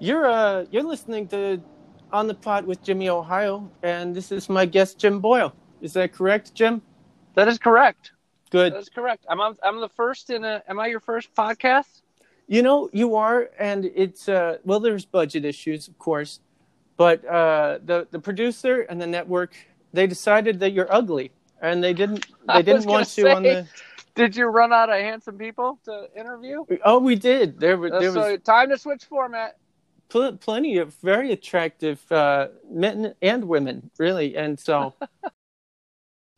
You're uh, you're listening to On the Plot with Jimmy Ohio, and this is my guest Jim Boyle. Is that correct, Jim? That is correct. Good. That is correct. I'm I'm, I'm the first in a. Am I your first podcast? You know you are, and it's uh, well, there's budget issues, of course, but uh, the the producer and the network they decided that you're ugly, and they didn't I they didn't was want gonna you on say. the. Did you run out of handsome people to interview? Uh, Oh, we did. There were there so was time to switch format. pl- plenty of very attractive uh, men and women, really. And so,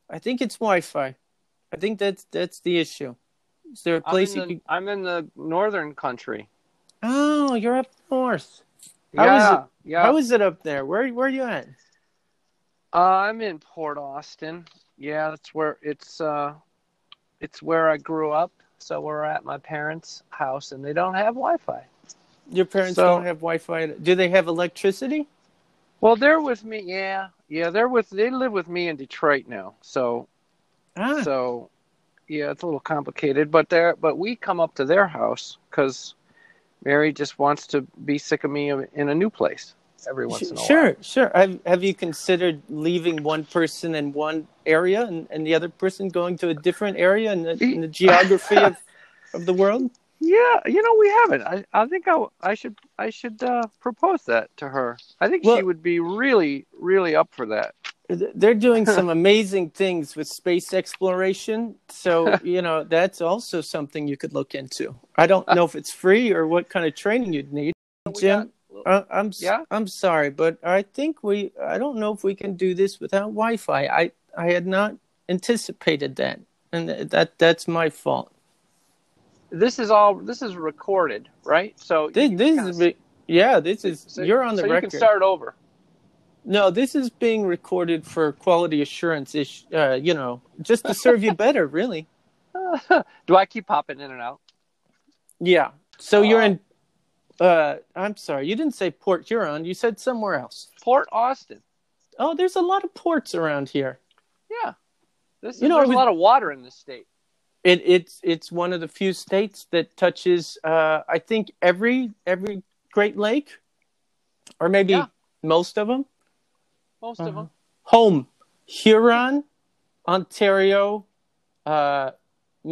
I think it's Wi-Fi. I think that's that's the issue. Is there a I'm in, place you the, can? I'm in the northern country. Oh, you're up north. How is yeah, it- yeah. How is it up there? Where where are you at? uh, I'm in Port Austin. Yeah, that's where it's. Uh, it's where I grew up. So we're at my parents' house, and they don't have Wi-Fi. Your parents So- don't have Wi-Fi. Do they have electricity? Well, they're with me. Yeah, yeah. They're with. They live with me in Detroit now. So Ah, So, yeah, it's a little complicated, but there, but we come up to their house because Mary just wants to be sick of me in a new place every once sh- in a while. sure, sure. Have Have you considered leaving one person in one area and, and the other person going to a different area in the, in the geography of, of the world? Yeah, you know we haven't. I, I think I, I should I should uh, propose that to her. I think she Well- would be really really up for that. they're doing some amazing things with space exploration so you know that's also something you could look into i don't know if it's free or what kind of training you'd need Uh. We jim uh, i'm s- Yeah? i'm sorry but i think we i don't know if we can do this without wi-fi i i had not anticipated that and th- that that's my fault This is all this is recorded, right? So this, this kinda is be- yeah this is so- you're on the so record You can start over. No, this is being recorded for quality assurance ish, uh, you know, just to serve you better, really. Do I keep popping in and out? Yeah. So you're Uh, in uh I'm sorry, you didn't say Port Huron, you said somewhere else. Port Austin. Oh, there's a lot of ports around here. Yeah. This is, You know, there's it a was- lot of water in this state. It it's it's one of the few states that touches uh I think every every Great Lake or maybe Yeah. most of them. Most of Uh-huh. them. Home Huron, Ontario, uh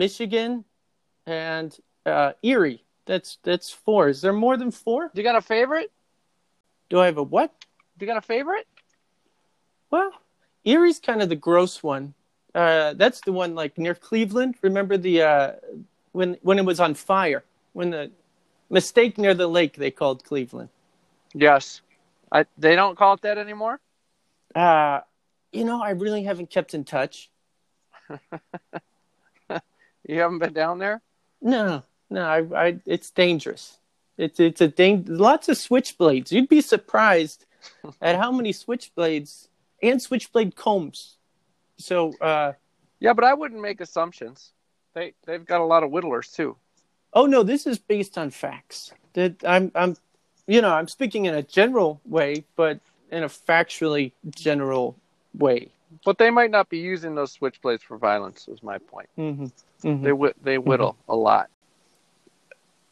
Michigan and uh Erie. That's that's four. Is there more than four? Do you got a favorite? Do I have a what? Do you got a favorite? Well, Erie's kind of the gross one. Uh, that's the one like near Cleveland. Remember the uh, when when it was on fire? When the mistake near the lake they called Cleveland. Yes. I, they don't call it that anymore. Uh, you know, I really haven't kept in touch. You haven't been down there. No, no, I, I it's dangerous. It's it's a dang lots of switchblades. You'd be surprised at how many switchblades and switchblade combs. So uh, Yeah, but I wouldn't make assumptions. They they've got a lot of whittlers too. Oh no, this is based on facts. That I'm I'm you know, I'm speaking in a general way, but in a factually general way. But they might not be using those switchblades for violence. Is my point. hmm They whit they Mm-hmm. whittle a lot.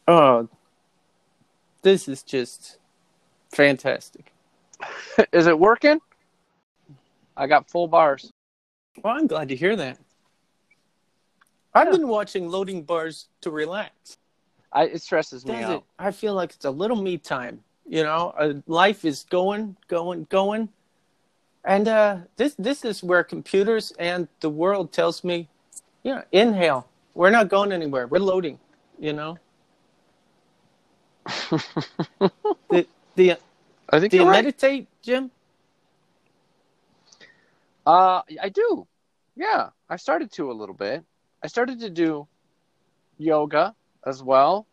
Oh, this is just fantastic. is it working? I got full bars. Well, I'm glad to hear that. I've Yeah. been watching loading bars to relax. I, it stresses me Does out. it? I feel like it's a little me time. You know, uh, life is going, going, going, and uh, this this is where computers and the world tells me, yeah, inhale. We're not going anywhere. We're loading. You know, the the I think do you're you right. meditate, Jim? Uh, I do. Yeah, I started to a little bit. I started to do yoga as well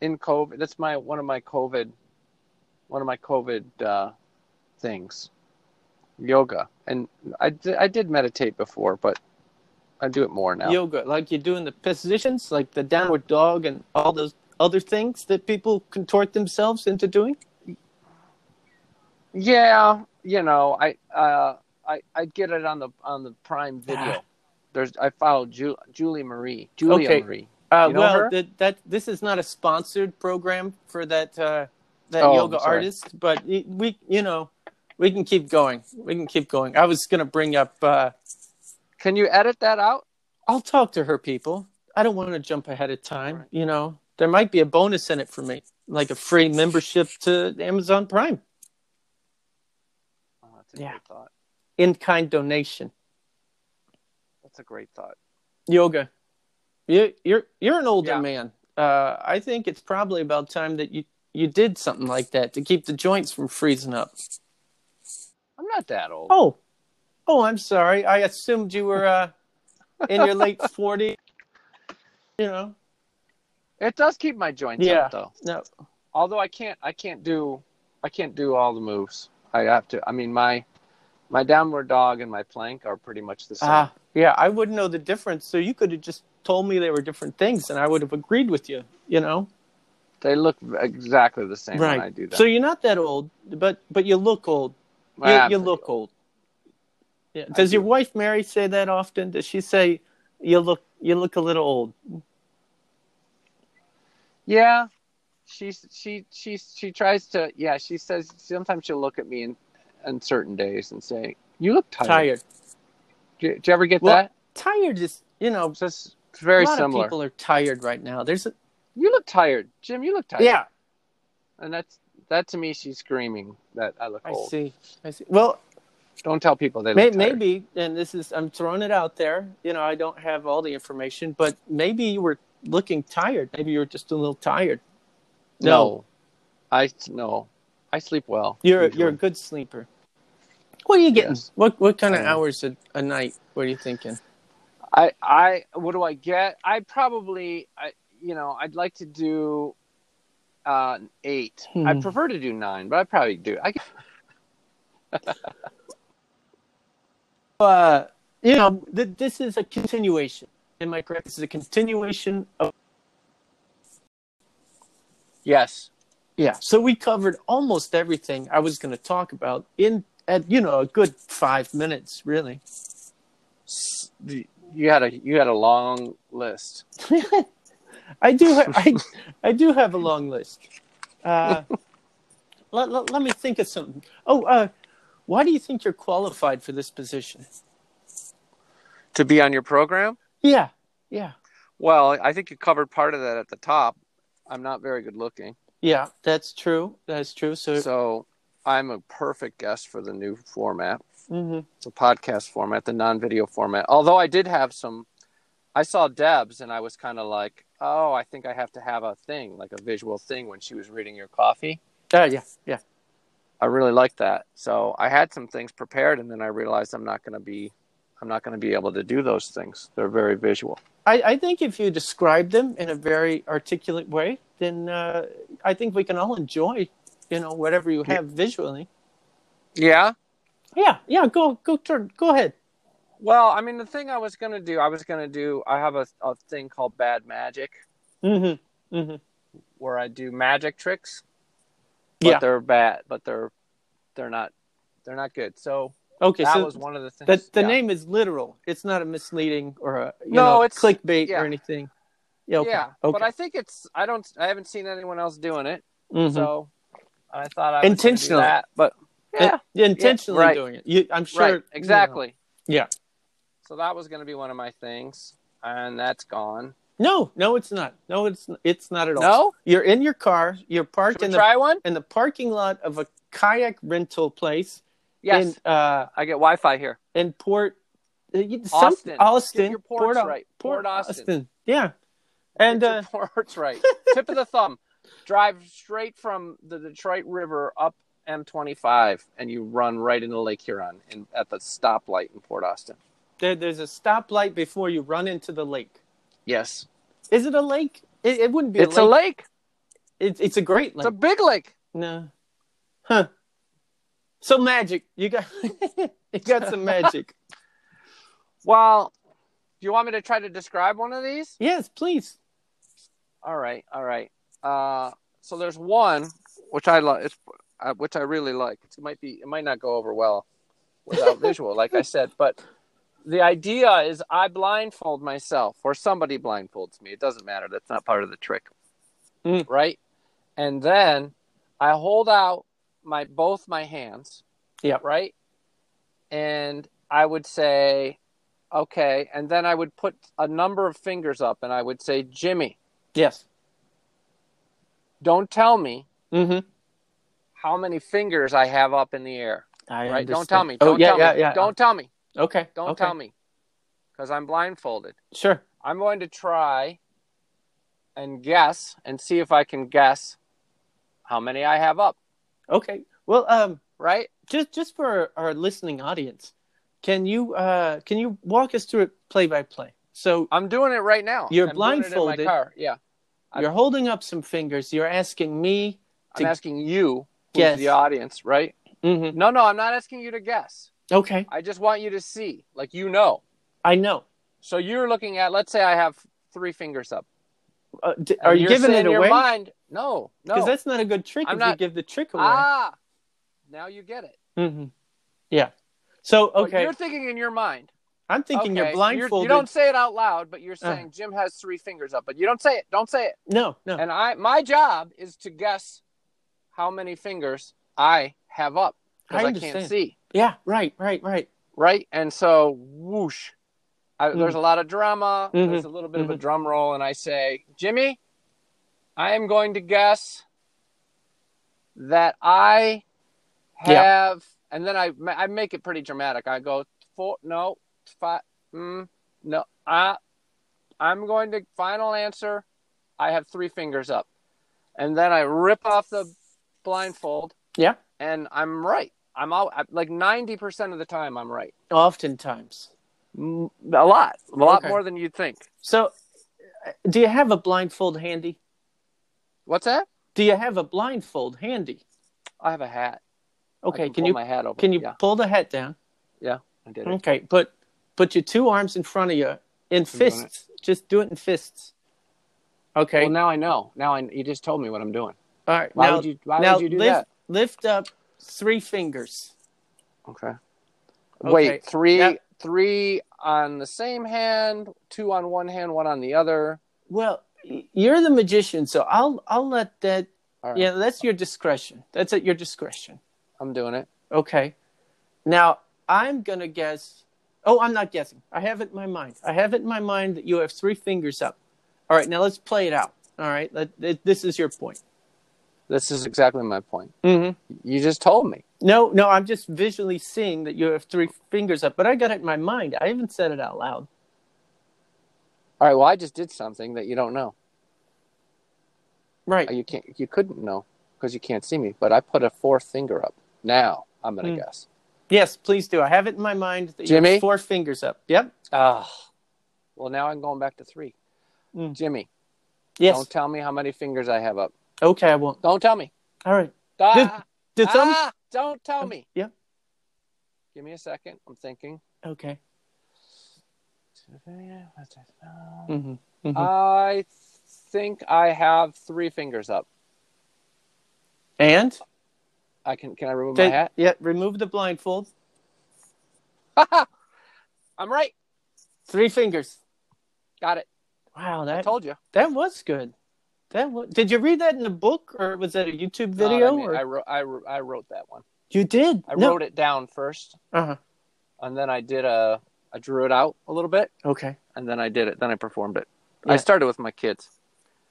in COVID. That's my one of my COVID, one of my COVID uh, things, yoga. And I di- I did meditate before, but I do it more now. Yoga, like you're doing the positions, like the downward dog, and all those other things that people contort themselves into doing. yeah, you know, I uh, I I get it on the on the Prime Video. There's I follow Ju- Julie Marie, Julia Okay. Marie. Uh, You know well, her? that, that this is not a sponsored program for that uh, that Oh, yoga I'm sorry. artist, but y- we, you know, we can keep going. We can keep going. I was going to bring up. Uh, Can you edit that out? I'll talk to her people. I don't want to jump ahead of time. You know, there might be a bonus in it for me, like a free membership to Amazon Prime Oh, that's a Yeah. great thought. in kind donation. That's a great thought. Yoga, you, you're you're an older Yeah. man. Uh, I think it's probably about time that you you did something like that to keep the joints from freezing up. I'm not that old. Oh, oh, I'm sorry. I assumed you were uh, in your late 40s. You know, It does keep my joints Yeah. up though. no, Although I can't I can't do I can't do all the moves. I have to I mean my my downward dog and my plank are pretty much the same. Ah, yeah, I wouldn't know the difference. So you could have just told me they were different things, and I would have agreed with you. You know, They look exactly the same when I do that. So you're not that old, but but you look old. You, Ah, you pretty look old. old. Yeah. I Does your do. wife Mary say that often? Does she say you look you look a little old? Yeah. She she she she tries to yeah, she says sometimes she'll look at me in on certain days and say, You look tired. Tired. Do, you, do you ever get Well- that? Tired is you know It's just very a lot similar. of people are tired right now. There's a, You look tired. Jim, you look tired. yeah. And that's that to me she's screaming that I look I old. see. I see. Well, Don't tell people they look May, tired. maybe, and this is, I'm throwing it out there. You know, I don't have all the information, but maybe you were looking tired. Maybe you were just a little tired. No. I no. I sleep well. You're, usually. you're a good sleeper. What are you getting? Yes. What, what kind of I am. hours a, a night? What are you thinking? I I what do I get? I probably I you know, I'd like to do uh 8. I Hmm. prefer to do 9, but I probably do. I get- Uh, you know, th- this is a continuation. Am I correct? This is a continuation of, yes. yeah. So we covered almost everything I was going to talk about in, at, you know, a good five minutes, really. S- the- You had a you had a long list. I do. Ha- I I do have a long list. Uh, let, let let me think of something. Oh, uh, why do you think you're qualified for this position? To be on your program? Yeah, yeah, Well, I think you covered part of that at the top. I'm not very good looking. yeah. That's true. That's true. So, So, I'm a perfect guest for the new format. mhm. the podcast format, the non-video format. Although I did have some, I saw Deb's, and I was kind of like, oh, I think I have to have a thing, like a visual thing, when she was reading your coffee. Uh, yeah, yeah. I really liked that, so I had some things prepared, and then I realized I'm not going to be, I'm not going to be able to do those things. They're very visual. I, I think if you describe them in a very articulate way, then uh, I think we can all enjoy, you know, whatever you Yeah. have visually. Yeah. Yeah, yeah. Go, go, turn. Go ahead. Well, I mean, the thing I was going to do, I was going to do, I have a, a thing called Bad Magic, Mm-hmm. Mm-hmm. where I do magic tricks, but Yeah. they're bad, but they're, they're not, they're not good. So. Okay. that so was one of the things. The, the yeah. name is literal. It's not a misleading or a you No, know, it's- clickbait yeah. or anything. Yeah. Okay. Yeah, okay. but I think it's. I don't. I haven't seen anyone else doing it, Mhm. so I thought I was gonna do Intentionally. that, but In- yeah, intentionally right. doing it. You, I'm sure. right, exactly. Yeah. So that was going to be one of my things, and that's gone. No, no, it's not. No, it's it's not at all. No, You're in your car. You're parked Should we in the try one? in the parking lot of a kayak rental place Yes, in uh I get Wi-Fi here. in Port Austin. Austin. Austin. Get your ports Au- right. Port Port Austin. Yeah. And Get uh, your ports right. Tip of the thumb. Drive straight from the Detroit River up M25, and you run right into Lake Huron in, at the stoplight in Port Austin. there, there's a stoplight before you run into the lake. Yes, Is it a lake? It, it wouldn't be. it's a a lake. lake. It's it's a great It's a lake. big lake. No, huh? So magic. You got you got some magic. Well, do you want me to try to describe one of these? yes, please. All right, all right. Uh, so there's one which I like, it's, uh, which I really like. It might be, it might not go over well without visual, like I said. But the idea is, I blindfold myself, or somebody blindfolds me. It doesn't matter. That's not part of the trick, Mm. right? And then I hold out my both my hands. Yep. Right? And I would say, okay, and then I would put a number of fingers up and I would say, Jimmy, Yes. don't tell me Mm-hmm. how many fingers I have up in the air. I Right? Don't understand. tell me. Oh Don't yeah, tell yeah, me. yeah. Don't tell me. Okay. Don't okay. tell me. Because I'm blindfolded. Sure. I'm going to try and guess and see if I can guess how many I have up, Okay. Well, um, right? just just for our, our listening audience, can you uh can you walk us through it play by play? So I'm doing it right now. You're I'm doing it in my blindfolded. car. Yeah. I- you're holding up some fingers. You're asking me. I'm To- asking you, who's Yes. the audience, right? Mm-hmm. No, no, I'm not asking you to guess. Okay. I just want you to see, like you know. I know. So you're looking at, let's say I have three fingers up. Uh, d- And are you you're giving saying it in your away? mind? No, no. Because that's not a good trick I'm if you not- give the trick away. ah, now you get it. Mm-hmm. Yeah. So But okay, You're thinking in your mind. I'm thinking okay, you're so you're- blindfolded. you don't say it out loud, but you're Uh. saying Jim has three fingers up, but you don't say it. Don't say it. No, no. And I, my job is to guess how many fingers I have up because I I, understand. can't see. Yeah, right, right, right. right? And so, whoosh, I, Mhm. there's a lot of drama. Mhm. There's a little bit of a Mhm. drum roll, and I say, Jimmy, I am going to guess that I have, Yeah. and then I ma- I make it pretty dramatic. I go four, no, five, mm, no, I, I'm going to final answer. I have three fingers up, and then I rip off the blindfold, Yeah. and I'm right. I'm out like ninety percent of the time. I'm right. Oftentimes. Mm, a lot, a lot Okay. more than you'd think. So, uh, do you have a blindfold handy? What's that? Do you have a blindfold handy? I have a hat. I Okay, can, can pull you my hat over? can you Yeah, pull the hat down? I did it. Okay, put put your two arms in front of you in doing fists. Just do it in fists. Okay. Well, now I know. Now I, you just told me what I'm doing. All right. Why now would you? Why now would you do lift that? lift up three fingers. Okay. Okay. Wait, three, Yeah. three on the same hand, two on one hand, one on the other. Well, y- you're the magician, so I'll I'll let that. All right, Yeah, that's your discretion. That's at your discretion. I'm doing it. Okay. Now I'm gonna guess. Oh, I'm not guessing. I have it in my mind. I have it in my mind that you have three fingers up. All right, now let's play it out. All right, let, th- this is your point. This is exactly my point. Mm-hmm. You just told me. No, no, I'm just visually seeing that you have three fingers up, but I got it in my mind. I haven't said it out loud. All right. Well, I just did something that you don't know. Right. uh, You can't. You couldn't know because you can't see me. But I put a fourth finger up. Now I'm gonna Hmm. guess. Yes, please do. I have it in my mind that you Jimmy? have four fingers up. Yep. Ah, well, now I'm going back to three. Mm. Jimmy, Yes. don't tell me how many fingers I have up. Okay, I won't. Don't tell me. All right. Ah, Did some? ah, don't tell me. Yeah. Give me a second. I'm thinking. Okay. Mm-hmm. hmm I think I have three fingers up. And I can. Can I remove Take- my hat? yeah, remove the blindfold. I'm right. Three fingers. Got it. Wow, I that told you. that was good. That was, did you read that in a book or was that a YouTube No, I video? mean, or- Oh, I, wrote, I, wrote, I wrote that one. you did. I no. wrote it down first, Uh-huh. and then I did a. I drew it out a little bit, Okay. and then I did it. Then I performed it. Yeah. I started with my kids.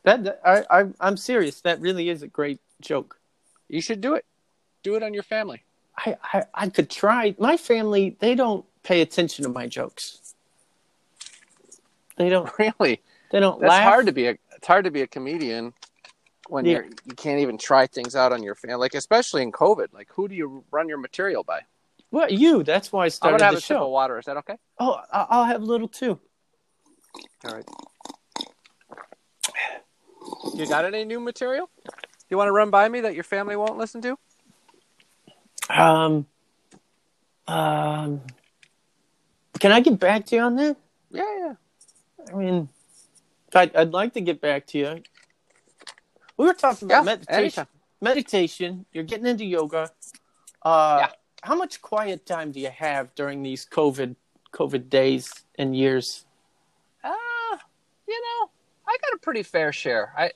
That, that- I, I I'm serious. That really is a great joke. You should do it. Do it on your family. I, I I could try. My family they don't pay attention to my jokes. They don't. Really, They don't that's laugh. hard to be a. It's hard to be a comedian when Yeah. you're you can't even try things out on your family. Like especially in COVID, like who do you run your material by? What you? That's why I I'm started gonna have the a sip of show. water. Is that okay? Oh, I- I'll have a little too. All right. You got any new material you want to run by me that your family won't listen to? Um, um, can I get back to you on that? Yeah, yeah. I mean, I'd, I'd like to get back to you. We were talking about Yeah, meditation. anytime. Meditation. You're getting into yoga. Uh, Yeah. How much quiet time do you have during these COVID COVID days and years? Uh, Ah, you know, I got a pretty fair share. I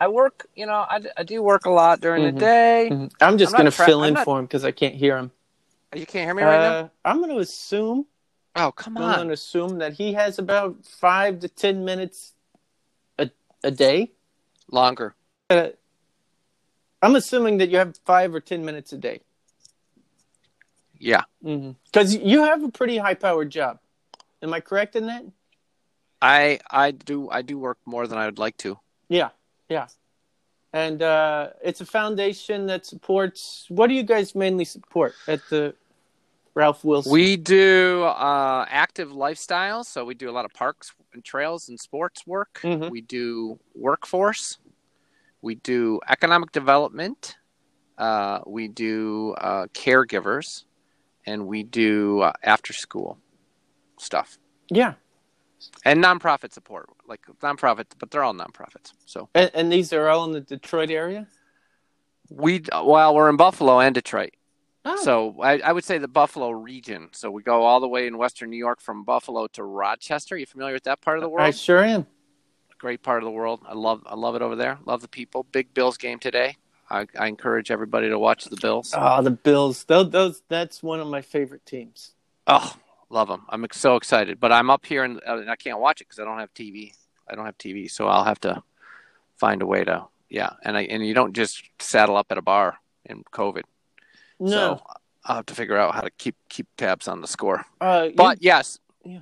I work, you know, I, d- I do work a lot during Mhm. the day. Mhm. I'm just Mm-hmm. I'm not going to tra- fill I'm in not- for him because I can't hear him. You can't hear me right Uh, I'm going to assume. now. Oh, come I'm going on. to assume that he has about five to ten minutes a a day. Longer. Uh, I'm assuming that you have five or ten minutes a day Yeah. because Mm-hmm. you have a pretty high powered job. Am I correct in that? I I do I do work more than I would like to. Yeah, yeah. And uh, it's a foundation that supports. What do you guys mainly support at the Ralph Wilson? We do uh, active lifestyles, so we do a lot of parks and trails and sports work. Mhm. We do workforce. We do economic development. Uh, we do uh, caregivers, and we do uh, after school stuff yeah, and nonprofit support, like nonprofit, but they're all nonprofits. So and, and these are all in the Detroit area. we, well, we're in Buffalo and Detroit. Oh, So I, I would say the Buffalo region. So we go all the way in Western New York from Buffalo to Rochester. You familiar with that part of the world? I sure am. Great part of the world. I love I love it over there. Love the people. Big Bills game today. I, I encourage everybody to watch the Bills. Oh, the Bills. Those, those. That's one of my favorite teams. Oh, love them. I'm ex- so excited. But I'm up here and, uh, and I can't watch it because I don't have TV. I don't have TV, so I'll have to find a way to. Yeah, and I and you don't just saddle up at a bar in COVID. No, So I'll have to figure out how to keep keep tabs on the score. uh, you- but yes yeah.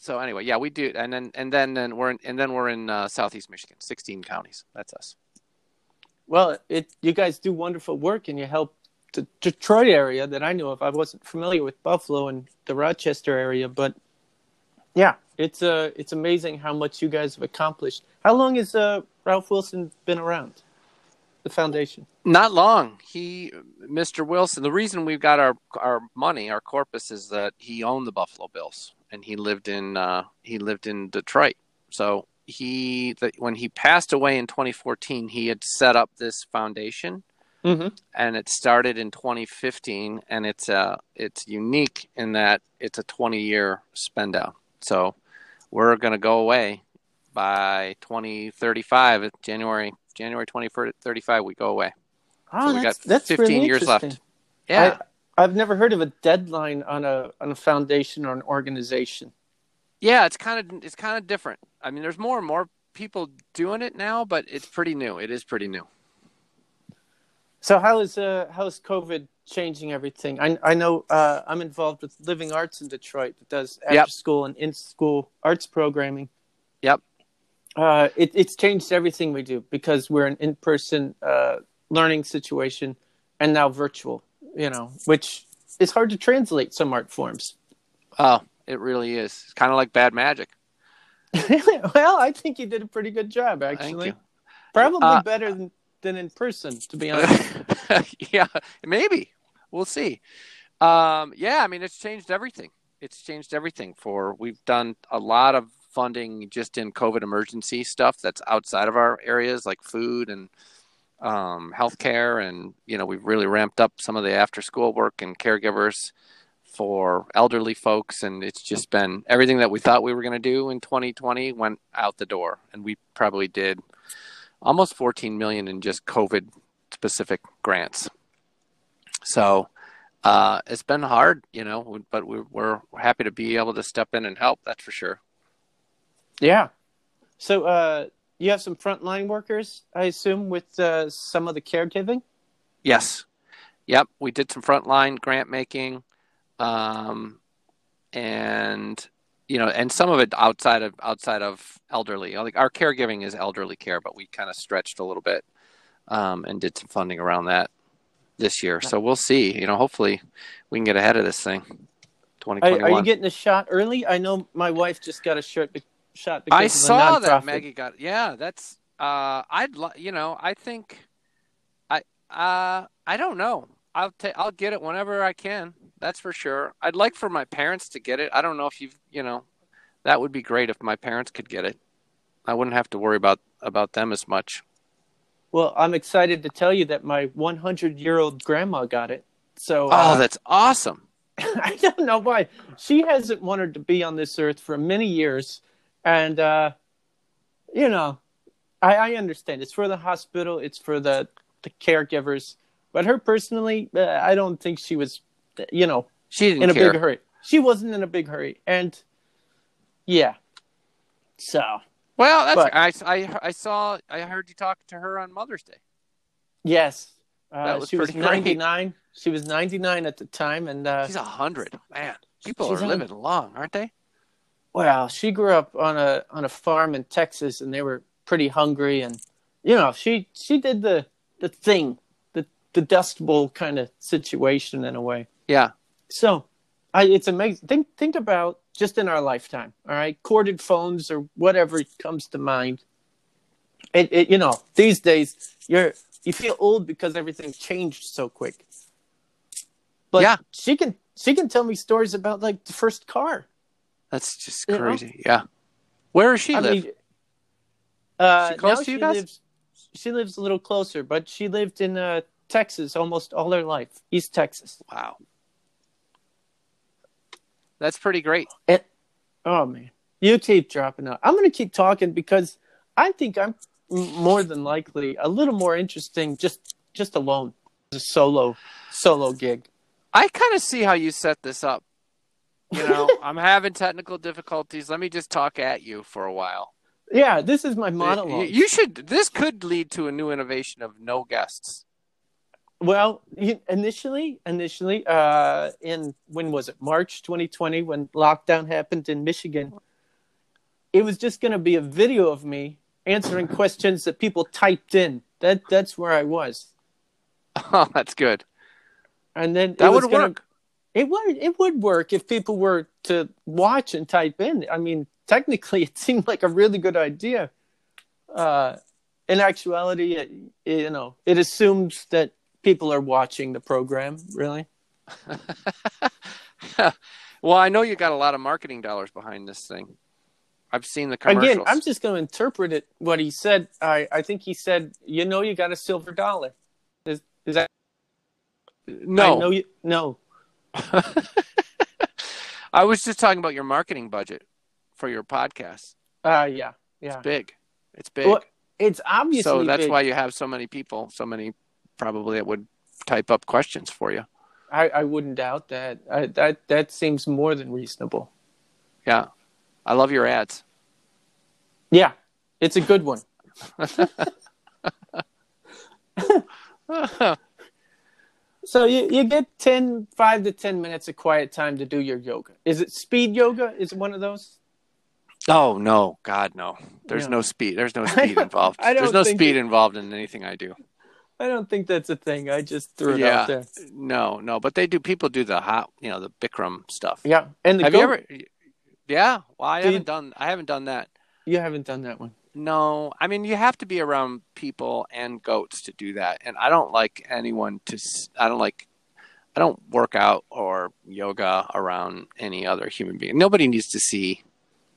so anyway yeah we do and then and then and we're in, and then we're in uh, southeast michigan 16 counties that's us well, it. You guys do wonderful work, and you help the Detroit area that I knew of. I wasn't familiar with Buffalo and the Rochester area, but yeah, it's uh, it's amazing how much you guys have accomplished. How long has uh, Ralph Wilson been around? The foundation. not long he mr wilson the reason we've got our our money our corpus is that he owned the buffalo bills and he lived in uh he lived in detroit so he the, when he passed away in 2014 he had set up this foundation Mm-hmm. and it started in 2015 and it's uh it's unique in that it's a 20 year spend down so we're going to go away by 2035 It's january january 2035 we go away Oh, So we that's got that's 15 really years left. interesting. yeah I, I've never heard of a deadline on a on a foundation or an organization. yeah it's kind of it's kind of different i mean there's more and more people doing it now but it's pretty new it is pretty new So how is uh, how is COVID changing everything? I I know uh, I'm involved with Living Arts in Detroit that does after Yep. school and in school arts programming. Yep. Uh, it, it's changed everything we do because we're an in person uh, learning situation and now virtual. You know, which is hard to translate some art forms. oh it really is it's kind of like bad magic well, I think you did a pretty good job actually. you. Probably Uh, better than than in person, to be honest. yeah, maybe. We'll see. Um, yeah, I mean, it's changed everything. It's changed everything for we've done a lot of funding just in COVID emergency stuff that's outside of our areas, like food and um, healthcare. And, you know, we've really ramped up some of the after school work and caregivers for elderly folks. And it's just been everything that we thought we were going to do in 2020 went out the door. And we probably did almost 14 million in just COVID specific grants. So uh, it's been hard, you know, but we're, we're happy to be able to step in and help. That's for sure. Yeah. So uh, you have some frontline workers, I assume, with uh, some of the caregiving. Yes. Yep. We did some frontline grant making, um, and you know, and some of it outside of outside of elderly. Like our caregiving is elderly care, but we kind of stretched a little bit um, and did some funding around that this year. So we'll see. You know, hopefully we can get ahead of this thing. Twenty Are, twenty are you one. getting a shot early? I know my wife just got a shot. Be- shot because I of the saw that nonprofit. Maggie got. Yeah, that's. Uh, I'd. li- You know, I think. I. Uh, I don't know. I'll ta- I'll get it whenever I can. That's for sure. I'd like for my parents to get it. I don't know if you've. You know, that would be great if my parents could get it. I wouldn't have to worry about about them as much. Well, I'm excited to tell you that my 100 year old grandma got it. So Oh, uh, that's awesome. I don't know why she hasn't wanted to be on this earth for many years, and uh, you know, I, I understand. It's for the hospital. It's for the the caregivers. But her personally, uh, I don't think she was, you know, She didn't in a care. big hurry. She wasn't in a big hurry, and yeah. So Well, But- that's, I, I, I saw, I heard you talk to her on Mother's Day. yes, uh, That was she was pretty great. ninety nine. She was ninety nine at the time, and uh, She's a hundred, man. People she's are on- living long, aren't they? Well, she grew up on a on a farm in Texas, and they were pretty hungry, and you know she she did the the thing, the the Dust Bowl kind of situation in a way. Yeah. So, I it's amazing. Think think about just in our lifetime, all right? Corded phones or whatever comes to mind. It, it you know these days you're you feel old because everything changed so quick. But Yeah. she can she can tell me stories about like the first car. That's just You know? crazy. Yeah. Where does she I live? mean, uh, She close now to you she guys? Lives, she lives a little closer, but she lived in uh, Texas almost all her life, East Texas. wow. That's pretty great. And, oh man, you keep dropping out. I'm gonna keep talking because I think I'm m- more than likely a little more interesting just just alone, as a solo solo gig. I kind of see how you set this up. You know, I'm having technical difficulties. Let me just talk at you for a while. Yeah, this is my You, monologue. you should. This could lead to a new innovation of no guests. Well, you- initially, initially, uh, in when was it? March 2020, when lockdown happened in Michigan, it was just going to be a video of me answering questions that people typed in. That that's where I was, Oh, that's good. and then it That was would gonna- work. It would it would work if people were to watch and type in. I mean, technically, it seemed like a really good idea. Uh, in actuality, it, you know, it assumes that people are watching the program. Really. Well, I know you got a lot of marketing dollars behind this thing. I've seen the commercials. Again, I'm just going to interpret it. What he said, I, I think he said, you know, you got a silver dollar. Is, is that no, I know you. No. I was just talking about your marketing budget for your podcast. Uh, yeah, yeah. Big. It's big. Well, It's obviously so that's big. why you have so many people, so many probably that would type up questions for you. I, I wouldn't doubt that. I, that that seems more than reasonable. Yeah. I love your ads. Yeah, it's a good one. So you, you get 10, 5 to ten minutes of quiet time to do your yoga. Is it speed yoga? Is it one of those? oh no, God no. There's Yeah. no speed. There's no speed involved. I don't There's no think speed it- involved in anything I do. I don't think that's a thing. I just threw it Yeah. out there. No, no. But they do people do the hot you know, the Bikram stuff. Yeah, and the have go- you ever Yeah. Well I Do you- haven't done I haven't done that. You haven't done that one. No, I mean you have to be around people and goats to do that, and I don't like anyone to. s- I don't like. I don't work out or yoga around any other human being. Nobody needs to see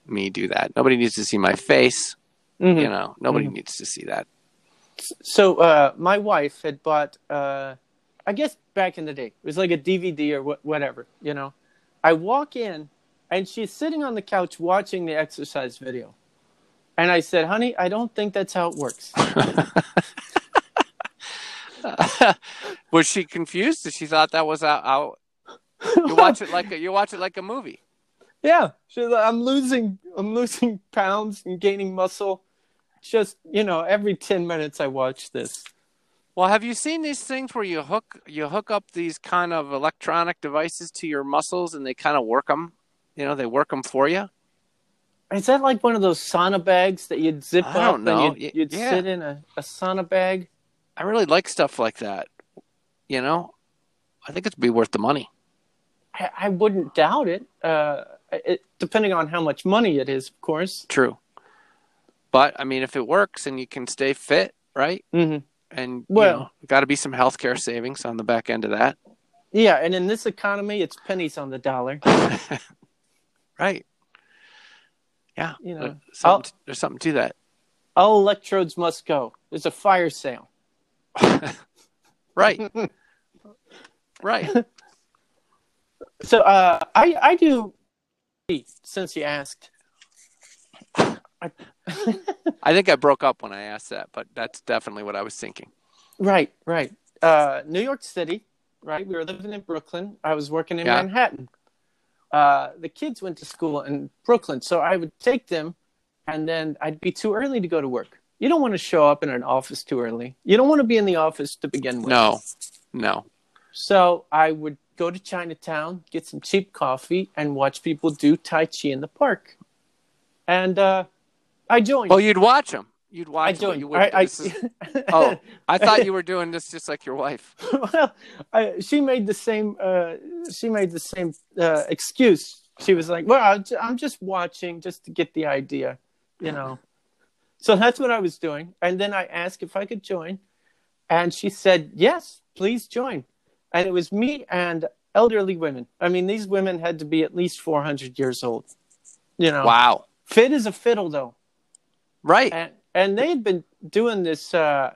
me do that. Nobody needs to see my face. Mhm. You know, nobody needs to see that. so uh, my wife had bought uh, i guess back in the day it was like a dvd or wha- whatever you know i walk in and she's sitting on the couch watching the exercise video and i said honey i don't think that's how it works Was she confused? She thought that was out. out you watch it like a, you watch it like a movie. yeah she's like, i'm losing i'm losing pounds and gaining muscle just you know every 10 minutes i watch this Well, have you seen these things where you hook you hook up these kind of electronic devices to your muscles and they kind of work them? You know, they work them for you. is that like one of those sauna bags that you'd zip I don't up know. and Y- you'd, you'd yeah. sit in a, a sauna bag I really like stuff like that. You know, I think it'd be worth the money. I, I wouldn't doubt it. Uh, it. Depending on how much money it is, of course. True. But I mean, if it works and you can stay fit, right? hmm And Well- well, got to be some healthcare savings on the back end of that, Yeah, and in this economy, it's pennies on the dollar. right? Yeah, You know, there- I'll- something to- there's something to that, All electrodes must go. There's a fire sale. right? right. So uh, I I do since you asked. I, I think I broke up when I asked that, but that's definitely what I was thinking. Right, right. Uh, New York City, right? We were living in Brooklyn. I was working in Yeah. Manhattan. Uh, the kids went to school in Brooklyn, so I would take them, and then I'd be too early to go to work. You don't want to show up in an office too early. You don't want to be in the office to begin with. No, no. So I would go to Chinatown, get some cheap coffee, and watch people do Tai Chi in the park. And uh, I joined. Well, you'd watch them. You'd watch I 'em, but joined. You I, wouldn't- I, this is- oh, I thought you were doing this just like your wife. well, I, she made the same. Uh, she made the same uh, excuse. She was like, "Well, I'll ju- I'm just watching, just to get the idea, you know." So that's what I was doing, and then I asked if I could join, and she said, "Yes, please join." And it was me and elderly women. I mean, these women had to be at least 400 years old, you know. Wow. Fit as a fiddle, though Right. and and they had been doing this uh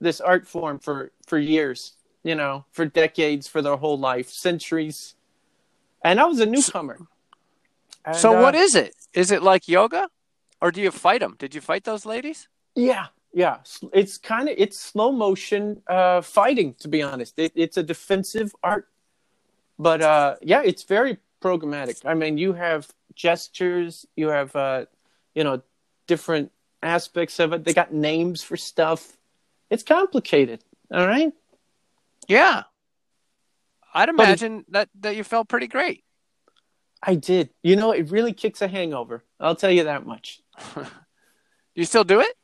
this art form for for years you know for decades for their whole life centuries and i was a newcomer And, so uh, what is it? Is it like yoga, or do you fight them? Did you fight those ladies? yeah yeah S- it's kind of it's slow motion uh fighting to be honest it, it's a defensive art but uh yeah it's very programmatic i mean you have gestures you have uh you know different aspects of it they got names for stuff it's complicated all right Yeah. I'd it- imagine that that you felt pretty great. I did. You know, it really kicks a hangover. I'll tell you that much. You still do it?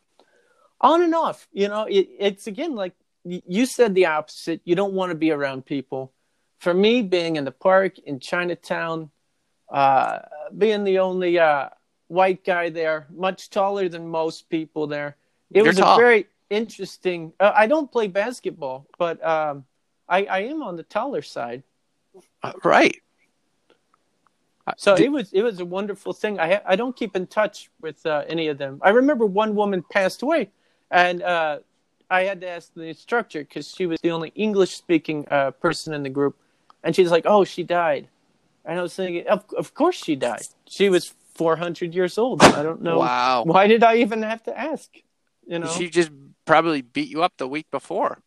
On and off. You know, it, it's again like y- you said the opposite. You don't want to be around people. For me, being in the park in Chinatown, uh, being the only uh, white guy there, much taller than most people there, it You're was tall. a very interesting. Uh, I don't play basketball, but um, I, I am on the taller side. Uh, Right. Uh, So d- it was it was a wonderful thing. I ha- I don't keep in touch with uh, any of them. I remember one woman passed away, and uh, I had to ask the instructor because she was the only English speaking uh, person in the group, and she's like, "Oh, she died," and I was thinking, "Of of course she died. She was four hundred years old. I don't know wow. why did I even have to ask." You know, She just probably beat you up the week before.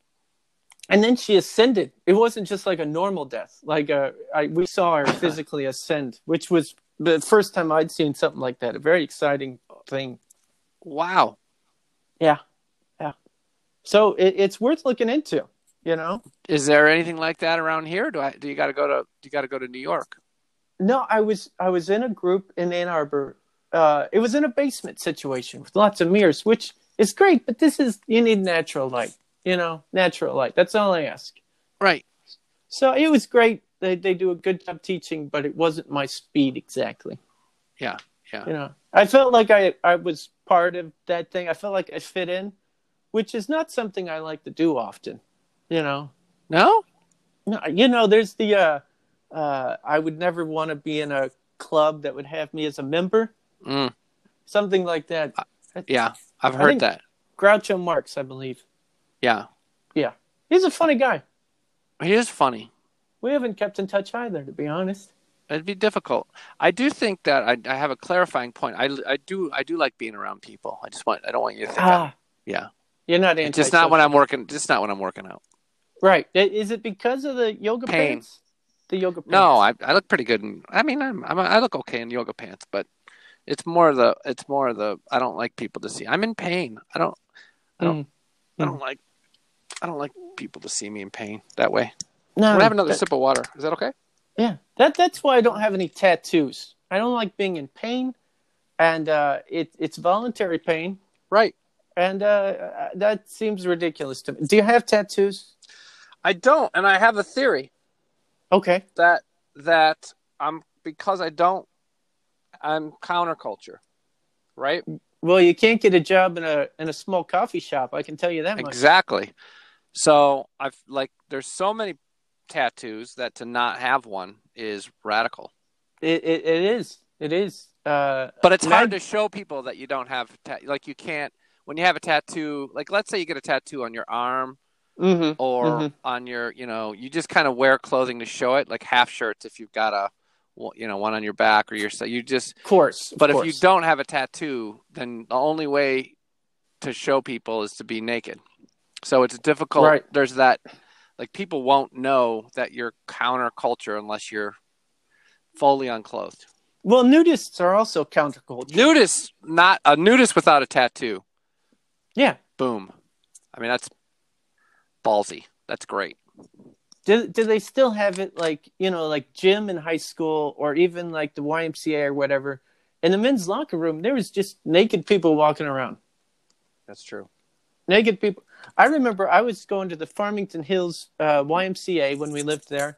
and then she ascended. It wasn't just like a normal death. Like uh, I, we saw her physically ascend, which was the first time I'd seen something like that. A very exciting thing. Wow. So it, it's worth looking into. You know? Is there anything like that around here? Do I do you got to go to do you got to go to New York? No, I was I was in a group in Ann Arbor. Uh, it was in a basement situation with lots of mirrors, which is great. But this is you need natural light. You know, natural light. That's all I ask. Right. So it was great. They they do a good job teaching, but it wasn't my speed exactly. Yeah, yeah. You know, I felt like I I was part of that thing. I felt like I fit in, which is not something I like to do often. You know, No? no, you know, there's the uh, uh, I would never want to be in a club that would have me as a member, Mm, something like that. Uh, yeah. I've I heard think- that. Groucho Marx, I believe. Yeah. He's a funny guy. He is funny. We haven't kept in touch either, to be honest. It'd be difficult. I do think that I, I have a clarifying point. I, I do I do like being around people. I just want I don't want you to think I'm- Ah, yeah. you're not it's anti. just not when I'm working. Just not when I'm working out. right. Is it because of the yoga Pain. pants? The yoga pants. No, I I look pretty good. In, I mean, I'm, I'm I look okay in yoga pants, but it's more the it's more the I don't like people to see. I'm in pain. I don't I don't Hmm. I don't like I don't like people to see me in pain that way. no. I'm gonna have another Oh, that- sip of water. Is that okay? Yeah, that that's why I don't have any tattoos. I don't like being in pain, and uh, it it's voluntary pain, Right. and uh, uh, that seems ridiculous to me. Do you have tattoos? I don't, and I have a theory. Okay. that that I'm because I don't I'm counterculture, right? Well, you can't get a job in a in a small coffee shop. I can tell you that much. Exactly. So I've like there's so many tattoos that to not have one is radical. It it, it is. It is. Uh, But it's hard Mag- to show people that you don't have ta- like you can't when you have a tattoo, like let's say you get a tattoo on your arm mhm. or Mhm. on your, you know, you just kind of wear clothing to show it, like half shirts if you've got a well, you know, one on your back or your side. You just Of course. of but if you course. don't have a tattoo, then the only way to show people is to be naked. So it's difficult. Right. There's that, like people won't know that you're counterculture unless you're fully unclothed. Well, nudists are also counterculture. Nudist, not a nudist without a tattoo. Yeah. Boom. I mean that's ballsy. That's great. Do, do they still have it like, you know, like gym in high school or even like the YMCA or whatever? In the men's locker room, there was just naked people walking around. That's true. naked people. I remember I was going to the Farmington Hills uh, YMCA when we lived there,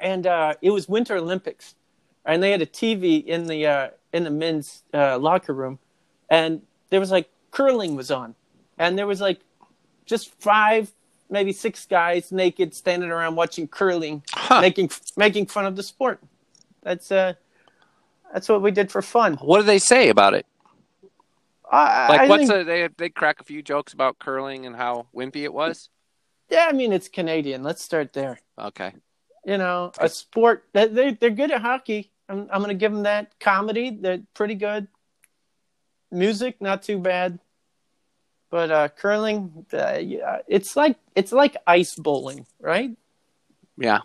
and uh, it was Winter Olympics, and they had a TV in the uh, in the men's uh, locker room, and there was like curling was on, and there was like just five maybe six guys naked standing around watching curling, Huh. making making fun of the sport. That's uh, that's what we did for fun. What do they say about it? I, Like I what's think- a, they they crack a few jokes about curling and how wimpy it was. yeah? I mean, it's Canadian. Let's start there. Okay. you know, a sport that they they're good at hockey. I'm I'm gonna give them that. Comedy, they're pretty good. Music, not too bad. But uh, curling, uh, yeah, it's like it's like ice bowling, right? Yeah,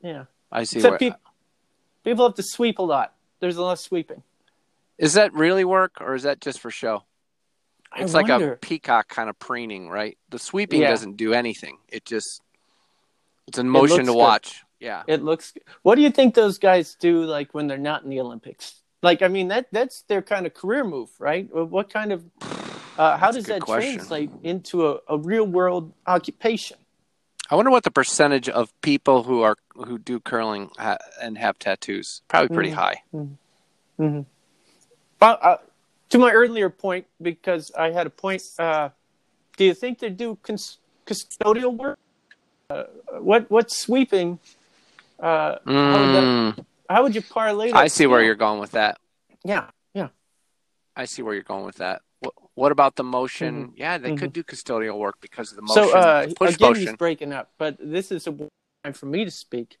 Yeah. I see. Except where- peop people have to sweep a lot. There's a lot of sweeping. Is that really work or is that just for show? I It's like wonder. a peacock kind of preening, right? The sweeping Yeah. doesn't do anything. It just it's an motion looks to good. watch. Yeah. It looks. What do you think those guys do like when they're not in the Olympics? Like, I mean, that that's their kind of career move, right? What what kind of, uh, how That's a does good that question. translate into a, a real world occupation? I wonder what the percentage of people who are who do curling ha- and have tattoos. Probably pretty Mhm. high. Well, uh, to my earlier point, because I had a point. Uh, do you think they do cons- custodial work? Uh, what what sweeping? Uh, would that- Mm, how would you parlay? That I see where skill? you're going with that. Yeah, yeah. I see where you're going with that. What, what about the motion? Yeah, they Mhm. could do custodial work because of the motion. So uh, Push again, he's motion. breaking up, but this is a time for me to speak.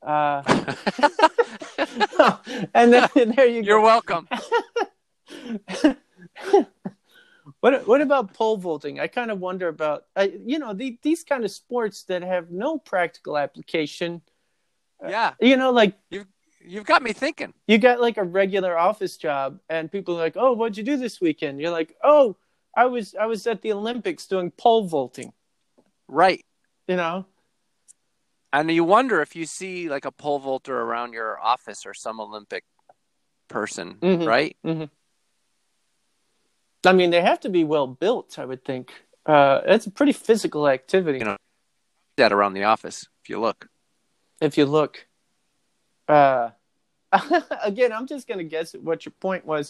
Uh, and then and there you You're go. welcome. What what about pole vaulting? I kind of wonder about I, you know the, these kind of sports that have no practical application. Yeah, You know, like you've got me thinking. you got like a regular office job and people are like oh what'd you do this weekend you're like oh i was i was at the olympics doing pole vaulting Right. you know And you wonder if you see like a pole vaulter around your office or some Olympic person, Mhm. right? i mean they have to be well built i would think uh it's a pretty physical activity You know. That around the office, if you look. if you look uh again i'm just gonna guess at what your point was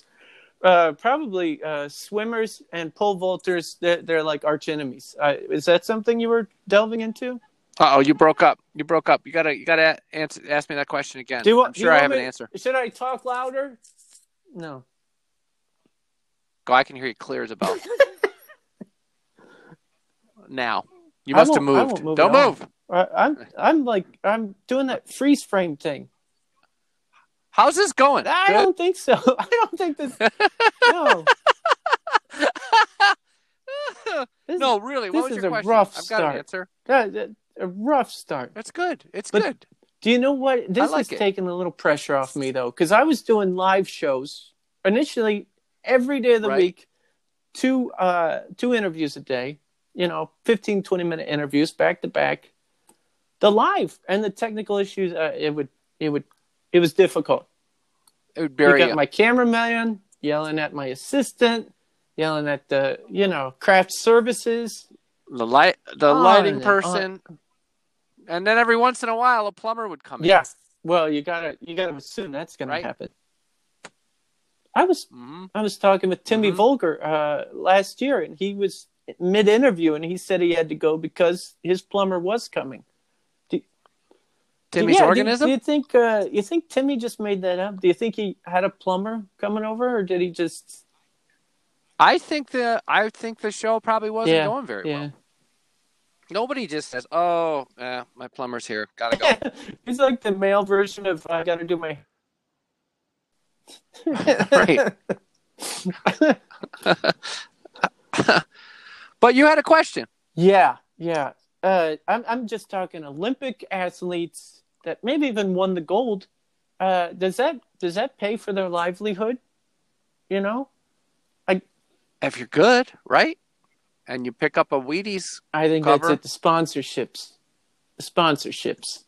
uh probably uh swimmers and pole vaulters they're, they're like arch enemies uh, is that something you were delving into Uh oh, you broke up. You broke up. You gotta, you gotta answer, ask me that question again. Do you want- I'm do you sure I want have me- an answer. should i talk louder no Go, Oh, I can hear you clear as a bell. now, you I must have won't- I moved. won't move Don't at all. move. I- I'm I'm like I'm doing that freeze frame thing. How's this going? I Good? don't think so. I don't think this. No, this, no, really. this What is was your a question? rough I've got start. an answer. that- that- a rough start. That's good. It's But- good. Do you know what? This like is it. taking a little pressure off me though, because I was doing live shows initially every day of the Right. week, two uh two interviews a day. You know, 15, 20 minute interviews back to back. The live and the technical issues, uh, it would it would it was difficult. It would We bury got you. my cameraman yelling at my assistant, yelling at the you know craft services. the light the On lighting and person and then every once in a while a plumber would come in Yeah, well you gotta you gotta assume that's gonna Right. happen. I was hmm I was talking with Timmy Mhm. Volger uh, last year, and he was mid interview, and he said he had to go because his plumber was coming. timmy's Yeah, do- organism Do, you think uh, you think Timmy just made that up? Do you think he had a plumber coming over, or did he just? i think the i think the show probably wasn't Yeah, going very Yeah, well Nobody just says, "Oh, eh, my plumber's here. Gotta go." it's like the male version of I got to do my. Right. but you had a question. Yeah, yeah. Uh, I'm I'm just talking Olympic athletes that maybe even won the gold. Uh, does that does that pay for their livelihood? You know, If you're good, right, and you pick up a Wheaties, I think Cover. that's it. The sponsorships, the sponsorships.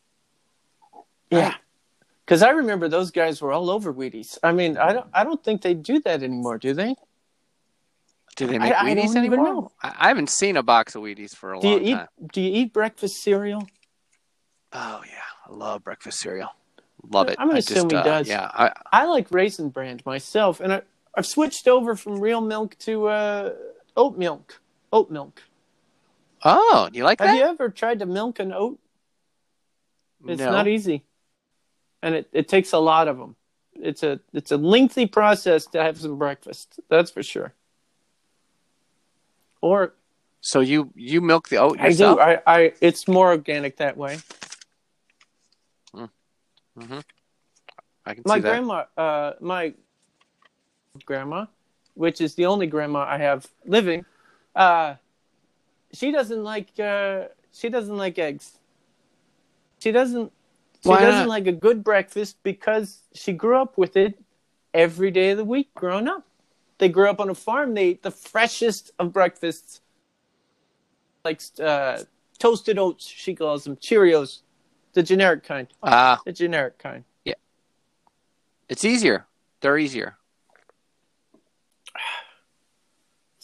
Yeah, because I remember those guys were all over Wheaties. I mean, I don't I don't think they do that anymore, do they? do they I make don't Wheaties even anymore? know. I, I haven't seen a box of Wheaties for a Do long you eat time. Do you eat breakfast cereal? Oh yeah, I love breakfast cereal. Love it. I'm gonna I just, assume he uh, does. Yeah, I, I like Raisin Bran myself, and I, I've switched over from real milk to uh, oat milk. Oat milk. Oh, you like Have that? you ever tried to milk an oat? It's no. not e- easy, and it, it takes a lot of them. It's a it's a lengthy process to have some breakfast. That's for sure. Or so you you milk the oat I do. yourself? I, I it's more organic that way. I, can my see that. grandma uh my grandma which is the only grandma i have living uh she doesn't like uh she doesn't like eggs she doesn't she Why doesn't not? like a good breakfast because she grew up with it every day of the week growing up they grew up on a farm they ate the freshest of breakfasts like uh toasted oats she calls them cheerios the generic kind Ah, the generic kind it's easier. They're easier.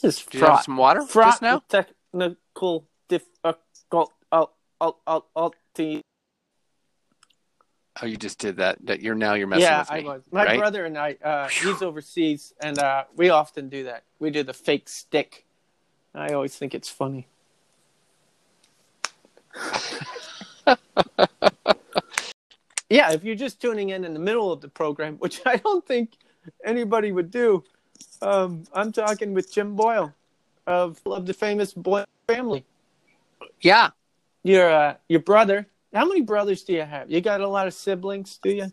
this is Do you have fraught. some water fraught just now? with technical difficult. I'll, I'll, I'll, I'll the- Oh, you just did that. That you're now you're messing yeah, with me. I was. My right? brother and I, uh, Phew. he's overseas, and uh, we often do that. We do the fake stick. I always think it's funny. yeah, if you're just tuning in in the middle of the program, which I don't think anybody would do, um, I'm talking with Jim Boyle of, of the famous Boyle family. Yeah, your uh, your brother. How many brothers do you have? You got a lot of siblings, do you?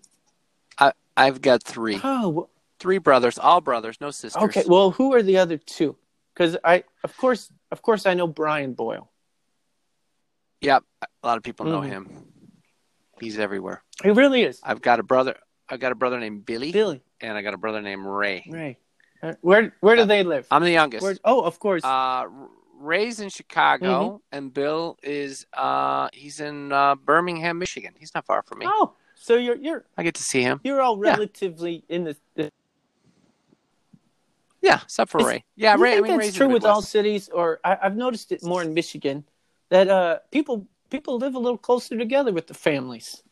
I've got three, Oh, three brothers, all brothers, no sisters. okay. Well, who are the other two? Because I, of course, of course, I know Brian Boyle. Yep, a lot of people know Mhm. him. He's everywhere. He really is I've got a brother. I've got a brother named Billy, Billy. and I got a brother named Ray. Right. Uh, Where where do they live? I'm the youngest. Where, oh, of course. Uh, R- Ray's in Chicago, Mm-hmm. and Bill is uh, he's in uh, Birmingham, Michigan. He's not far from me. oh, so you're you're I get to see him. you're all Yeah. relatively in the. the Yeah, except for Is- Ray. Yeah, you Ray. I think mean, that's Ray's in true the with all Midwest. cities, or I, I've noticed it more in Michigan that uh, people people live a little closer together with the families.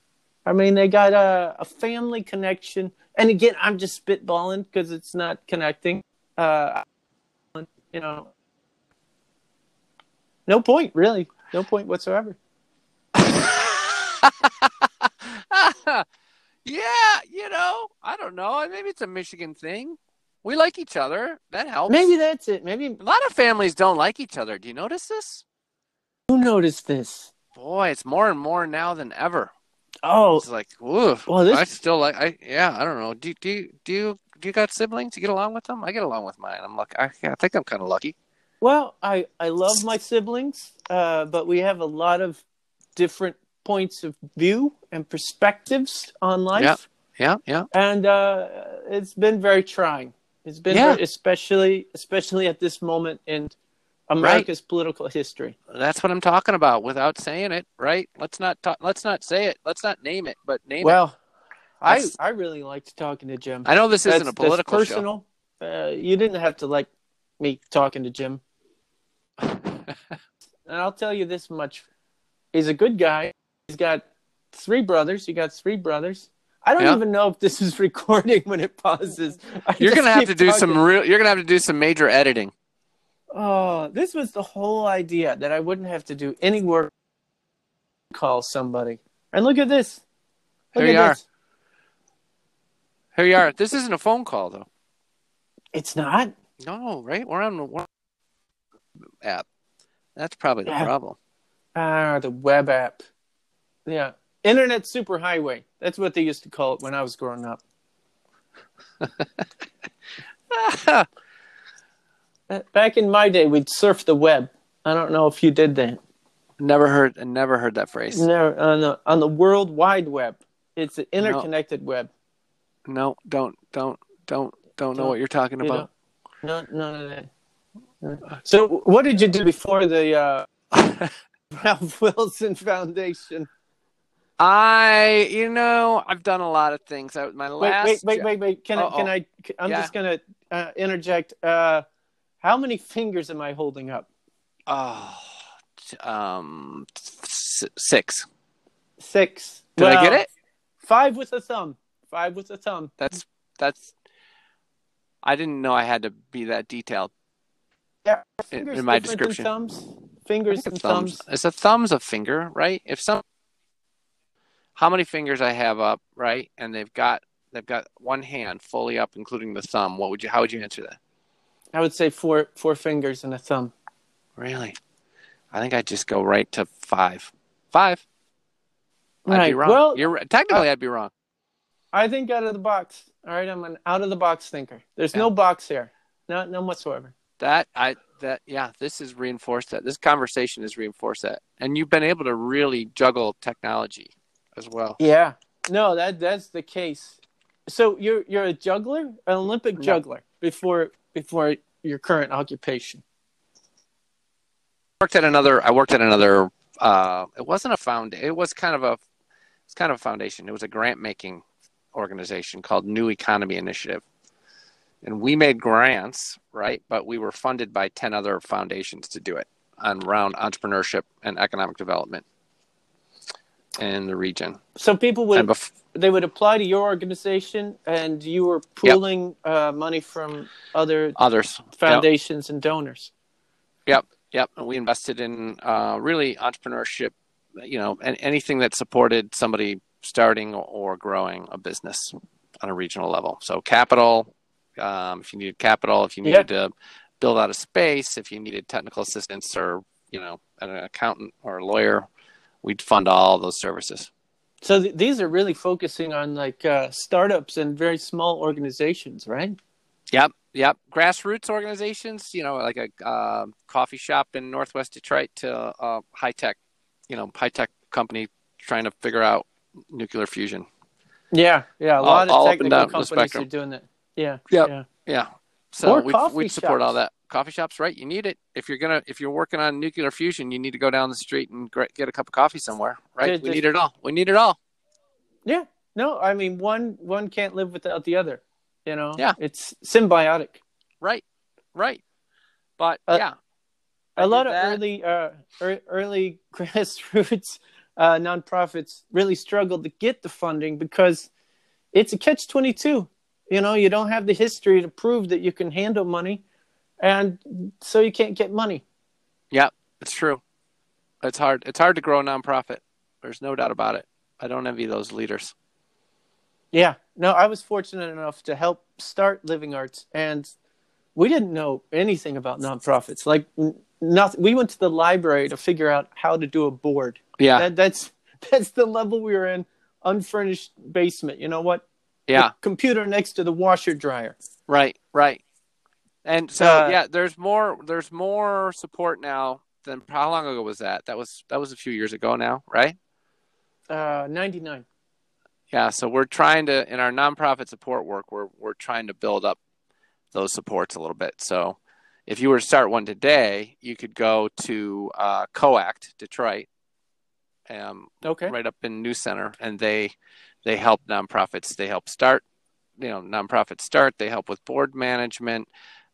I mean, they got a, a family connection. And again, I'm just spitballing because it's not connecting. Uh, you know, no point, really. No point whatsoever. yeah, you know, I don't know. Maybe it's a Michigan thing. We like each other. That helps. Maybe that's it. Maybe a lot of families don't like each other. Do you notice this? who noticed this? Boy, it's more and more now than ever. Oh, It's like, oof. Well, this- I still like. I yeah. I don't know. Do do you- do you do you got siblings? You get along with them? I get along with mine. I'm lucky. I, I think I'm kind of lucky. Well, I, I love my siblings, uh, but we have a lot of different points of view and perspectives on life. Yeah. Yeah, yeah. And uh, it's been very trying. It's been Yeah. very- especially especially at this moment in America's political history. That's what I'm talking about. Without saying it, right? Let's not talk. Let's not say it. Let's not name it. But name it. Well, I, That's- I really liked talking to Jim. I know this That's- isn't a that's political show. personal. Uh, you didn't have to like me talking to Jim. and I'll tell you this much: he's a good guy. He's got three brothers. You got three brothers. I don't Yeah. even know if this is recording when it pauses. I You're just gonna have keep to do some talking. real. You're gonna have to do some major editing. Oh, this was the whole idea that I wouldn't have to do any work. Call somebody, and look at this. Look Here you at are. this. Here you are. This isn't a phone call though. It's not. No, right? We're on the we're on the app. That's probably the Yeah. problem. Ah, the web app. Yeah. Internet superhighway. That's what they used to call it when I was growing up. Uh, Back in my day, we'd surf the web. I don't know if you did that. never heard I never heard that phrase. No, No, on the on the World Wide Web, it's an interconnected web. don't don't don't don't know Don't- what you're talking you about. No, none of that. Uh, So, what did you do before the uh, Ralph Wilson Foundation? I you know, I've done a lot of things. I, my Wait, last wait, wait, wait, wait. Can Uh-oh. I? Can I? c- I'm Yeah. just gonna uh, interject. Uh, how many fingers am I holding up? Oh, t- um s- 6. Six. Did I get Well, it? Five with a thumb. Five with a thumb. That's that's I didn't know I had to be that detailed. Yeah, In- Fingers in my different than description. thumbs. I Fingers think and it's thumbs. thumbs. It's a thumb's a finger, right? If some, how many fingers I have up, right? And they've got they've got one hand fully up, including the thumb. What would you? How would you answer that? I would say four four fingers and a thumb. Really? I think I'd just go right to five. Five. I'd be Right. wrong. Well, uh, You're right. technically I'd be wrong. I think out of the box. All right, I'm an out of the box thinker. There's no box here. No, none whatsoever. That I that yeah. This has reinforced that. This conversation has reinforced that. And you've been able to really juggle technology as well. Yeah. No, that that's the case. So you're you're a juggler, an Olympic No. juggler before before your current occupation. worked at another i worked at another uh it wasn't a found it was kind of a it's kind of a foundation it was a grant making organization called new economy initiative and we made grants right but we were funded by 10 other foundations to do it on round entrepreneurship and economic development in the region So people would and bef- they would apply to your organization, and you were pooling uh, money from other others Yep. foundations and donors. Yep, yep. And we invested in uh, really entrepreneurship, you know, and anything that supported somebody starting or growing a business on a regional level. So capital, um, if you needed capital, if you Yeah. needed to build out a space, if you needed technical assistance or you know an accountant or a lawyer, we'd fund all those services. So th- these are really focusing on like uh, startups and very small organizations, right? Yep, yep. Grassroots organizations, you know, like a uh, coffee shop in Northwest Detroit to uh, high tech, you know, high tech company trying to figure out nuclear fusion. Yeah, yeah. A All- lot all of up and down technical the companies are spectrum. doing that. Yeah, Yep. yeah. Yeah. So Or we coffee we support all shops. that. Coffee shops, right? You need it if you're gonna if you're working on nuclear fusion, you need to go down the street and gr- get a cup of coffee somewhere, right? Just- we just- need it all. We need it all. Yeah. No, I mean one one can't live without the other. You know. Yeah. It's symbiotic. Right, right. But Uh, yeah, I A lot did of that. early uh, ear- early grassroots uh, nonprofits really struggled to get the funding because it's a catch twenty two. You know, you don't have the history to prove that you can handle money, and so you can't get money. It's true. It's hard. It's hard to grow a nonprofit. There's no doubt about it. I don't envy those leaders. Yeah. No, I was fortunate enough to help start Living Arts, and we didn't know anything about nonprofits. Like, n- nothing. We went to the library to figure out how to do a board. Yeah, That, that's that's the level we were in. Unfurnished basement. You know what? yeah, The computer next to the washer dryer. right, right. And so Uh, yeah, there's more. There's more support now than how long ago was that? That was that was a few years ago now, right? Uh, Ninety nine. Yeah. So we're trying to in our nonprofit support work, we're we're trying to build up those supports a little bit. So if you were to start one today, you could go to uh, Coact Detroit. Um, Okay. right up in New Center, and they they help nonprofits. They help start, you know, nonprofits start. They help with board management.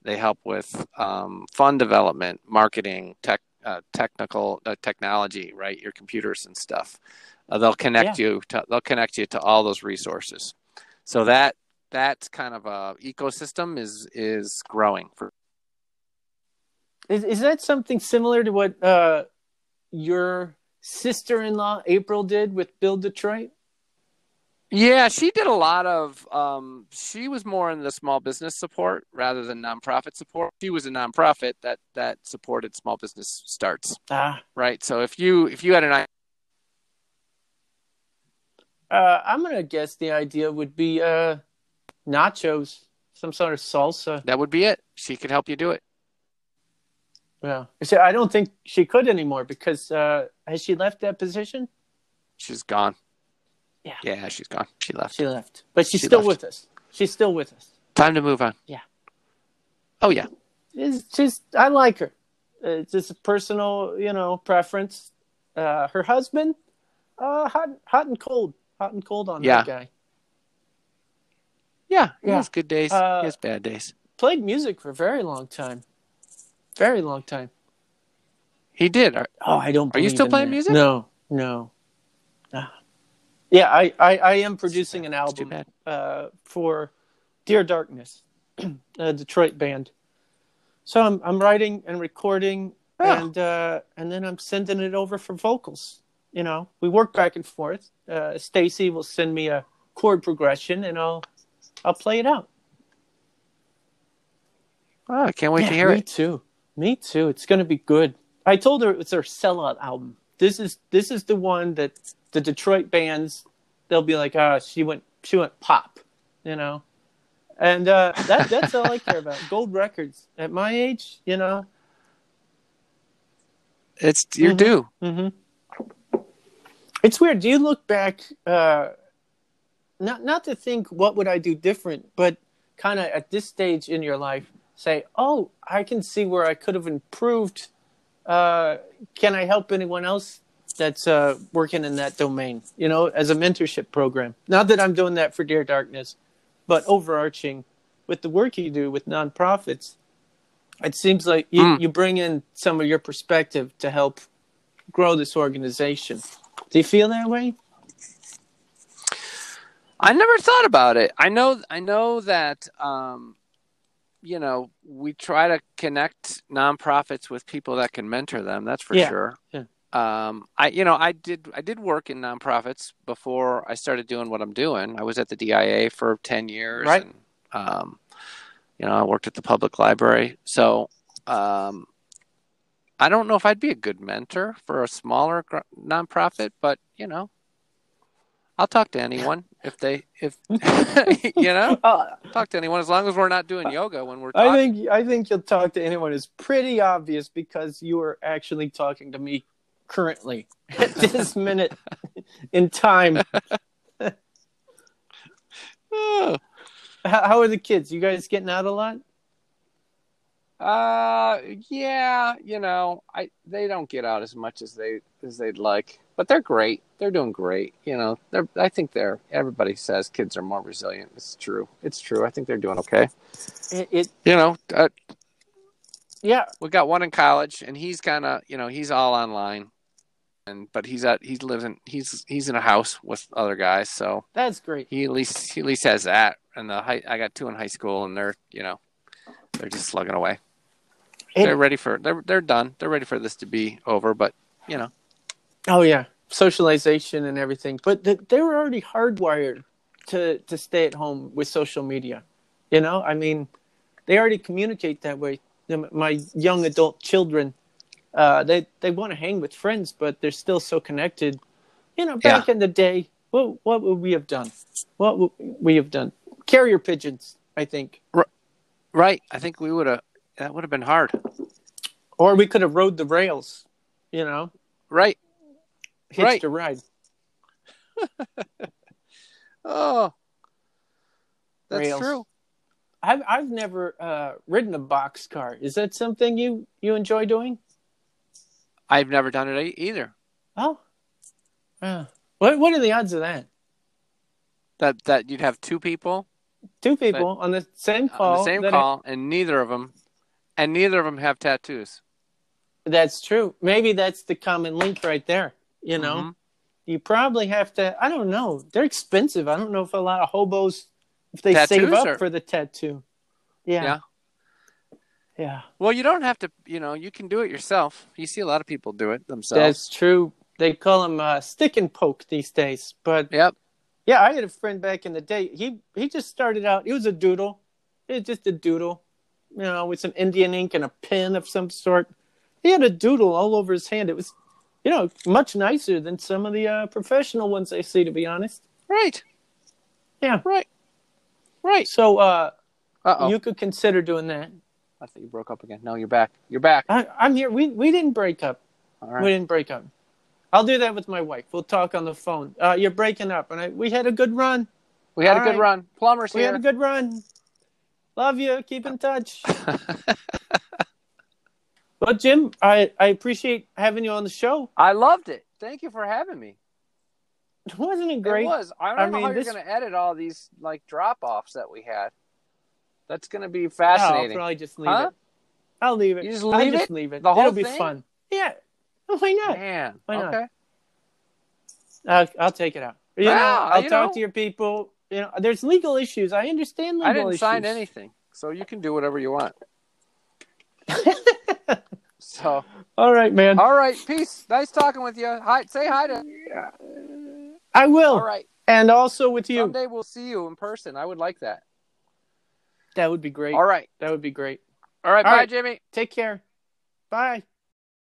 They help with um, fund development, marketing, tech, uh, technical uh, technology, right? Your computers and stuff. Uh, they'll connect you. To, they'll connect you to all those resources. So that that's kind of a ecosystem is is growing for Is is that something similar to what uh, your sister in law April did with Build Detroit? Yeah, she did a lot of. Um, she was more in the small business support rather than nonprofit support. She was a nonprofit that that supported small business starts, Ah, right? So if you if you had an uh, I'm gonna guess the idea would be uh, nachos, some sort of salsa. that would be it. She could help you do it. Yeah. So I don't think she could anymore because uh, has she left that position? She's gone. Yeah. Yeah, she's gone. She left. She left, but she's She still left. with us. She's still with us. Time to move on. Yeah. Oh yeah. It's just I like her. It's just a personal, you know, preference. Uh, her husband, uh, hot, hot and cold, hot and cold on Yeah. that guy. Yeah. He Yeah. has good days. Uh, he has bad days. Played music for a very long time, very long time. He did. Are, Oh, I don't. Are you believe still in playing that. music? No, no. Ah. Yeah, I, I, I am producing an it's too album bad. uh, for Dear Darkness, a Detroit band. So I'm I'm writing and recording, Oh. and uh, and then I'm sending it over for vocals. You know, we work back and forth. Uh, Stacy will send me a chord progression, and I'll I'll play it out. Oh, I can't wait Yeah, to hear me it. too. Me too. It's gonna be good. I told her it's her sellout album. This is this is the one that the Detroit bands they'll be like, ah, she went she went pop, you know. And uh, that that's all I care about. Gold records at my age, you know. It's you're Mhm. due. hmm It's weird. Do you look back? Uh, not not to think what would I do different, but kind of at this stage in your life, say, "Oh, I can see where I could have improved." Uh, can I help anyone else that's uh, working in that domain? You know, as a mentorship program. Not that I'm doing that for Dear Darkness, but overarching with the work you do with nonprofits, it seems like you, Mm. you bring in some of your perspective to help grow this organization. Do you feel that way? I never thought about it. I know I know that um you know, we try to connect nonprofits with people that can mentor them, that's for Yeah, sure. yeah. Um I you know, I did I did work in nonprofits before I started doing what I'm doing. I was at the DIA for 10 years Right. and um you know, I worked at the public library. So, um I don't know if I'd be a good mentor for a smaller gr- nonprofit, but you know, I'll talk to anyone if they if you know Uh, talk to anyone as long as we're not doing yoga when we're talking. I think I think you'll talk to anyone is pretty obvious because you are actually talking to me currently at this minute in time. Oh. How, how are the kids? You guys getting out a lot? Uh, yeah, you know, I they don't get out as much as they as they'd like, but they're great. They're doing great. You know, they're I think they're everybody says kids are more resilient. It's true. It's true. I think they're doing okay. It, it You know, uh, yeah, we got one in college and he's kind of you know he's all online and but he's at he lives in he's he's in a house with other guys so that's great. he at least he at least has that and the high, i got two in high school and they're you know they're just slugging away It- they're ready for they're they're done they're ready for this to be over but you know Oh yeah, socialization and everything. But th- they were already hardwired to to stay at home with social media. You know, I mean, they already communicate that way. Them- My young adult children, uh, they they want to hang with friends, but they're still so connected. You know, back in the day, what what would we have done? What would we have done? Carrier pigeons, I think, right i think we would have that would have been hard or we could have rode the rails. You know, right hitched Right. a ride. oh that's Rails. true I've I've never uh, ridden a box car. Is that something you you enjoy doing? i've never done it e- either Oh, yeah. What what are the odds of that? that that you'd have two people Two people on the same call. on the same that- call, and neither of them, and neither of them have tattoos. That's true. Maybe that's the common link right there. You know, Mhm. you probably have to. I don't know. They're expensive. I don't know if a lot of hobos if they save Tattoos up are- for the tattoo. Yeah. Yeah. Yeah. Well, you don't have to. You know, you can do it yourself. You see a lot of people do it themselves. That's true. They call them uh, stick and poke these days, but Yep. Yeah, I had a friend back in the day. He he just started out. He was a doodle. He was just a doodle, you know, with some Indian ink and a pen of some sort. He had a doodle all over his hand. It was, you know, much nicer than some of the uh, professional ones I see. To be honest, Right. Yeah. Right. Right. so uh, Uh oh. you could consider doing that. I thought you broke up again. No, you're back. You're back. I, I'm here. We we didn't break up. All Uh, We right. didn't break up. I'll do that with my wife. We'll talk on the phone. Uh, you're breaking up, and I, we had a good run. We had a good All right. run. Plumbers We had a here. good run. Love you. Keep in touch. well, Jim, I, I appreciate having you on the show. I loved it. Thank you for having me. Wasn't it great? It was. I don't I know mean, how this- you're going to edit all these like drop offs that we had. That's going to be Oh, fascinating. I'll probably just leave huh? it. I'll leave it. You just I'll leave just it? leave it. The whole It'll be thing? fun. Yeah. Why not? Man. Why not? okay. Uh, I'll take it out. You know, Yeah, I'll you talk know. to your people. You know, there's legal issues. I understand legal I didn't issues. sign anything, so you can do whatever you want. so, All right, man. all right, peace. Nice talking with you. Hi, say hi to. I will. All right, And also with you. someday we'll see you in person. I would like that. That would be great. All right, That would be great. all right, All bye, right. Jimmy. Take care. Bye.